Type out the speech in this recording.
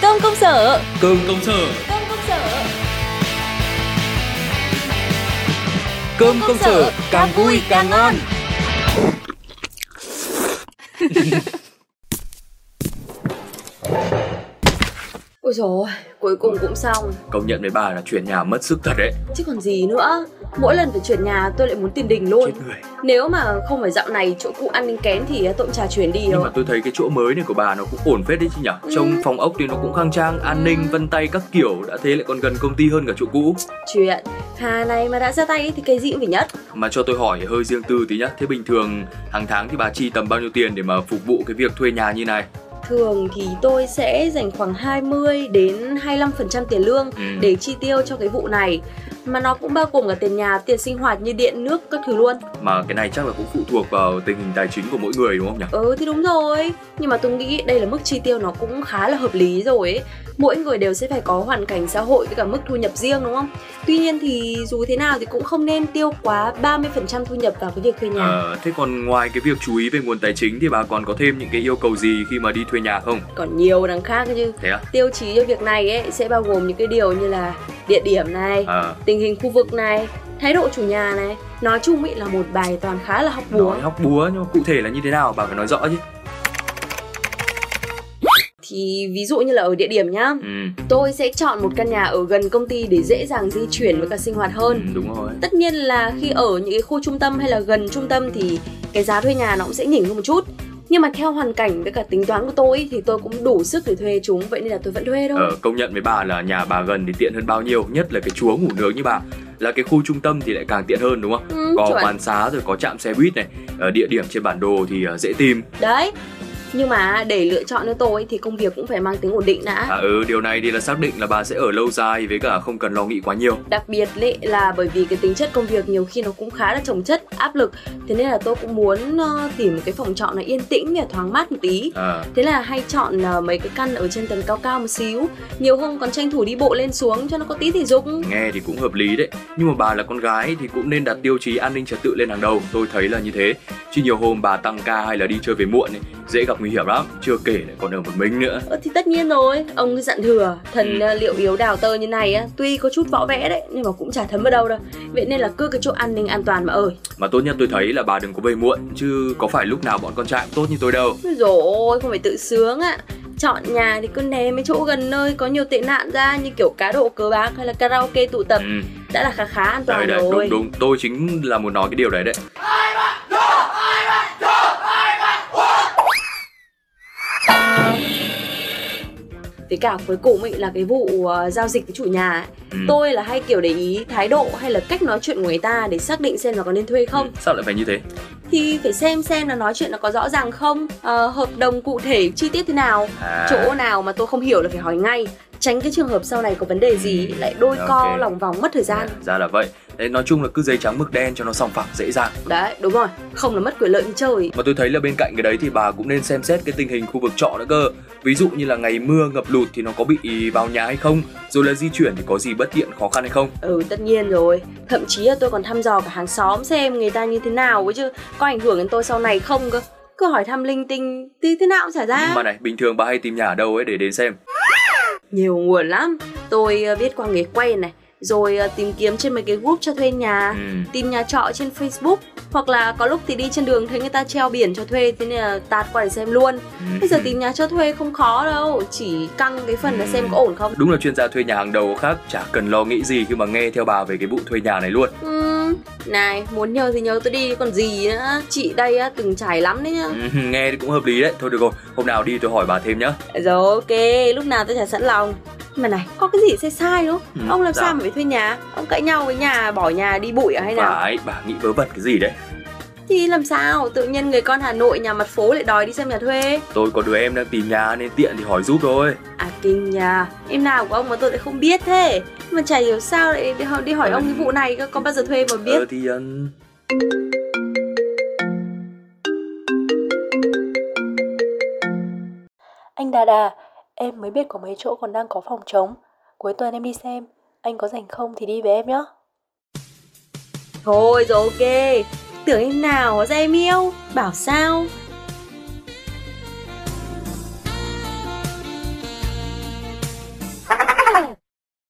sở cơm công sở cơm công sở cơm công sở càng vui càng ngon ôi trời ơi, cuối cùng cũng xong công nhận với bà là chuyển nhà mất sức thật đấy chứ còn gì nữa mỗi lần phải chuyển nhà tôi lại muốn tìm đình luôn chết người nếu mà không phải dạo này chỗ cũ ăn ninh kém thì à, tôi cũng chả chuyển đi nhưng rồi mà tôi thấy cái chỗ mới này của bà nó cũng ổn phết đấy chứ nhở Ừ. trông phòng ốc thì nó cũng khang trang an ninh vân tay các kiểu đã thế lại còn gần công ty hơn cả chỗ cũ chuyện hà này mà đã ra tay ấy thì cái gì cũng phải nhất mà cho tôi hỏi hơi riêng tư tí nhá thế bình thường hàng tháng thì bà chi tầm bao nhiêu tiền để mà phục vụ cái việc thuê nhà như này thường thì tôi sẽ dành khoảng 20 đến 25% tiền lương ừ. để chi tiêu cho cái vụ này mà nó cũng bao gồm cả tiền nhà, tiền sinh hoạt như điện, nước các thứ luôn. mà cái này chắc là cũng phụ thuộc vào tình hình tài chính của mỗi người đúng không nhỉ Ừ thì đúng rồi Nhưng mà tôi nghĩ đây là mức chi tiêu nó cũng khá là hợp lý rồi ấy Mỗi người đều sẽ phải có hoàn cảnh xã hội với cả mức thu nhập riêng đúng không? Tuy nhiên thì dù thế nào thì cũng không nên tiêu quá 30% thu nhập vào cái việc thuê nhà Ờ, thế còn ngoài cái việc chú ý về nguồn tài chính thì bà còn có thêm những cái yêu cầu gì khi mà đi thuê nhà không? Còn nhiều đằng khác cơ chứ Thế à? Tiêu chí cho việc này ấy sẽ bao gồm những cái điều như là địa điểm này, Ờ, tình hình khu vực này, thái độ chủ nhà này Nói chung ý là một bài toàn khá là học búa nói hóc búa nhưng mà cụ thể là như thế nào bà phải nói rõ chứ. Thì ví dụ như là ở địa điểm nhá Ừ, Tôi sẽ chọn một căn nhà ở gần công ty để dễ dàng di chuyển với cả sinh hoạt hơn ừ đúng rồi. Tất nhiên là khi Ừ. ở những cái khu trung tâm hay là gần trung tâm thì cái giá thuê nhà nó cũng sẽ nhỉnh hơn một chút. Nhưng mà theo hoàn cảnh với cả tính toán của tôi ý, thì tôi cũng đủ sức để thuê chúng, vậy nên là tôi vẫn thuê thôi. Ờ, công nhận với bà là nhà bà gần thì tiện hơn bao nhiêu, nhất là cái chúa ngủ nướng như bà. Là cái khu trung tâm thì lại càng tiện hơn đúng không? Ừ, Có chuẩn. quán xá rồi có trạm xe buýt này, ờ, địa điểm trên bản đồ thì ờ, dễ tìm. Đấy. Nhưng mà để lựa chọn cho tôi thì công việc cũng phải mang tính ổn định đã. À ừ, điều này thì là xác định là bà sẽ ở lâu dài với cả không cần lo nghĩ quá nhiều. Đặc biệt lệ là bởi vì cái tính chất công việc nhiều khi nó cũng khá là chồng chất, áp lực. Thế nên là tôi cũng muốn ờ, tìm một cái phòng trọ nó yên tĩnh và thoáng mát một tí. Ờ, Thế là hay chọn ờ, mấy cái căn ở trên tầng cao cao một xíu. Nhiều hôm còn tranh thủ đi bộ lên xuống cho nó có tí thể dục. nghe thì cũng hợp lý đấy nhưng mà bà là con gái thì cũng nên đặt tiêu chí an ninh trật tự lên hàng đầu tôi thấy là như thế chứ nhiều hôm bà tăng ca hay là đi chơi về muộn ấy, dễ gặp nguy hiểm lắm chưa kể lại còn ở một mình nữa Ờ, thì tất nhiên rồi, ông cứ dặn thừa Thần Ừ. ờ, liệu yếu đào tơ như này á Tuy có chút võ vẽ đấy, nhưng mà cũng chả thấm vào đâu đâu Vậy nên là cứ cái chỗ an ninh an toàn mà ơi mà tốt nhất tôi thấy là bà đừng có về muộn chứ có phải lúc nào bọn con trai cũng tốt như tôi đâu Ôi dồi ôi, không phải tự sướng ạ Chọn nhà thì cứ ném mấy chỗ gần nơi có nhiều tệ nạn ra Như kiểu cá độ cờ bạc hay là karaoke tụ tập ừ. Đã là khá khá an đấy toàn đấy rồi đúng đúng tôi chính là muốn nói cái điều đấy đấy Với cả cuối cùng ấy là cái vụ ờ, giao dịch với chủ nhà ấy. ừ. Tôi là hay kiểu để ý thái độ hay là cách nói chuyện của người ta Để xác định xem là có nên thuê không Ừ, sao lại phải như thế thì phải xem xem là nói chuyện nó có rõ ràng không ờ, hợp đồng cụ thể chi tiết thế nào à, chỗ nào mà tôi không hiểu là phải hỏi ngay tránh cái trường hợp sau này có vấn đề gì lại đôi Ừ. Ok. co lòng vòng mất thời gian à, ra là vậy đấy nói chung là cứ giấy trắng mực đen cho nó sòng phẳng dễ dàng đấy đúng rồi không là mất quyền lợi như chơi mà tôi thấy là bên cạnh cái đấy thì bà cũng nên xem xét cái tình hình khu vực trọ nữa cơ ví dụ như là ngày mưa ngập lụt thì nó có bị vào nhà hay không rồi là di chuyển thì có gì bất tiện khó khăn hay không ừ tất nhiên rồi thậm chí là tôi còn thăm dò cả hàng xóm xem người ta như thế nào ấy chứ có ảnh hưởng đến tôi sau này không cơ cứ hỏi thăm linh tinh tí thế nào cũng chả ra nhưng mà này bình thường bà hay tìm nhà ở đâu ấy để đến xem nhiều nguồn lắm tôi ờ, biết qua nghề quay này rồi ờ, tìm kiếm trên mấy cái group cho thuê nhà ừ. tìm nhà trọ trên Facebook hoặc là có lúc thì đi trên đường thấy người ta treo biển cho thuê thế nên là tạt qua để xem luôn. ừ. Bây giờ tìm nhà cho thuê không khó đâu, chỉ căng cái phần là xem có ổn không. đúng là chuyên gia thuê nhà hàng đầu khác chả cần lo nghĩ gì khi mà nghe theo bà về cái vụ thuê nhà này luôn Ừm, Ừ, này, muốn nhờ thì nhờ tôi đi còn gì nữa. Chị đây á, từng trải lắm đấy nhá. Ừ, nghe thì cũng hợp lý đấy thôi được rồi hôm nào đi tôi hỏi bà thêm nhá Rồi ok, lúc nào tôi trả sẵn lòng. Nhưng Mà này, có cái gì sai sai đúng không? Ừ, Ông làm dạ. sao mà phải thuê nhà? Ông cãi nhau với nhà, bỏ nhà đi bụi à hay nào? phải bà nghĩ vớ vẩn cái gì đấy Thì làm sao? Tự nhiên người con Hà Nội nhà mặt phố lại đòi đi xem nhà thuê. tôi có đứa em đang tìm nhà nên tiện thì hỏi giúp thôi À kinh nhà, em nào của ông mà tôi lại không biết thế Mà chả hiểu sao lại đi, đi hỏi Ừ. ông cái vụ này cơ, có bao giờ thuê mà biết Ờ, thì ừm, Anh Đà Đà, em mới biết có mấy chỗ còn đang có phòng trống. Cuối tuần em đi xem, anh có rảnh không thì đi với em nhé. Thôi rồi ok, tưởng em nào hóa ra em yêu Bảo sao,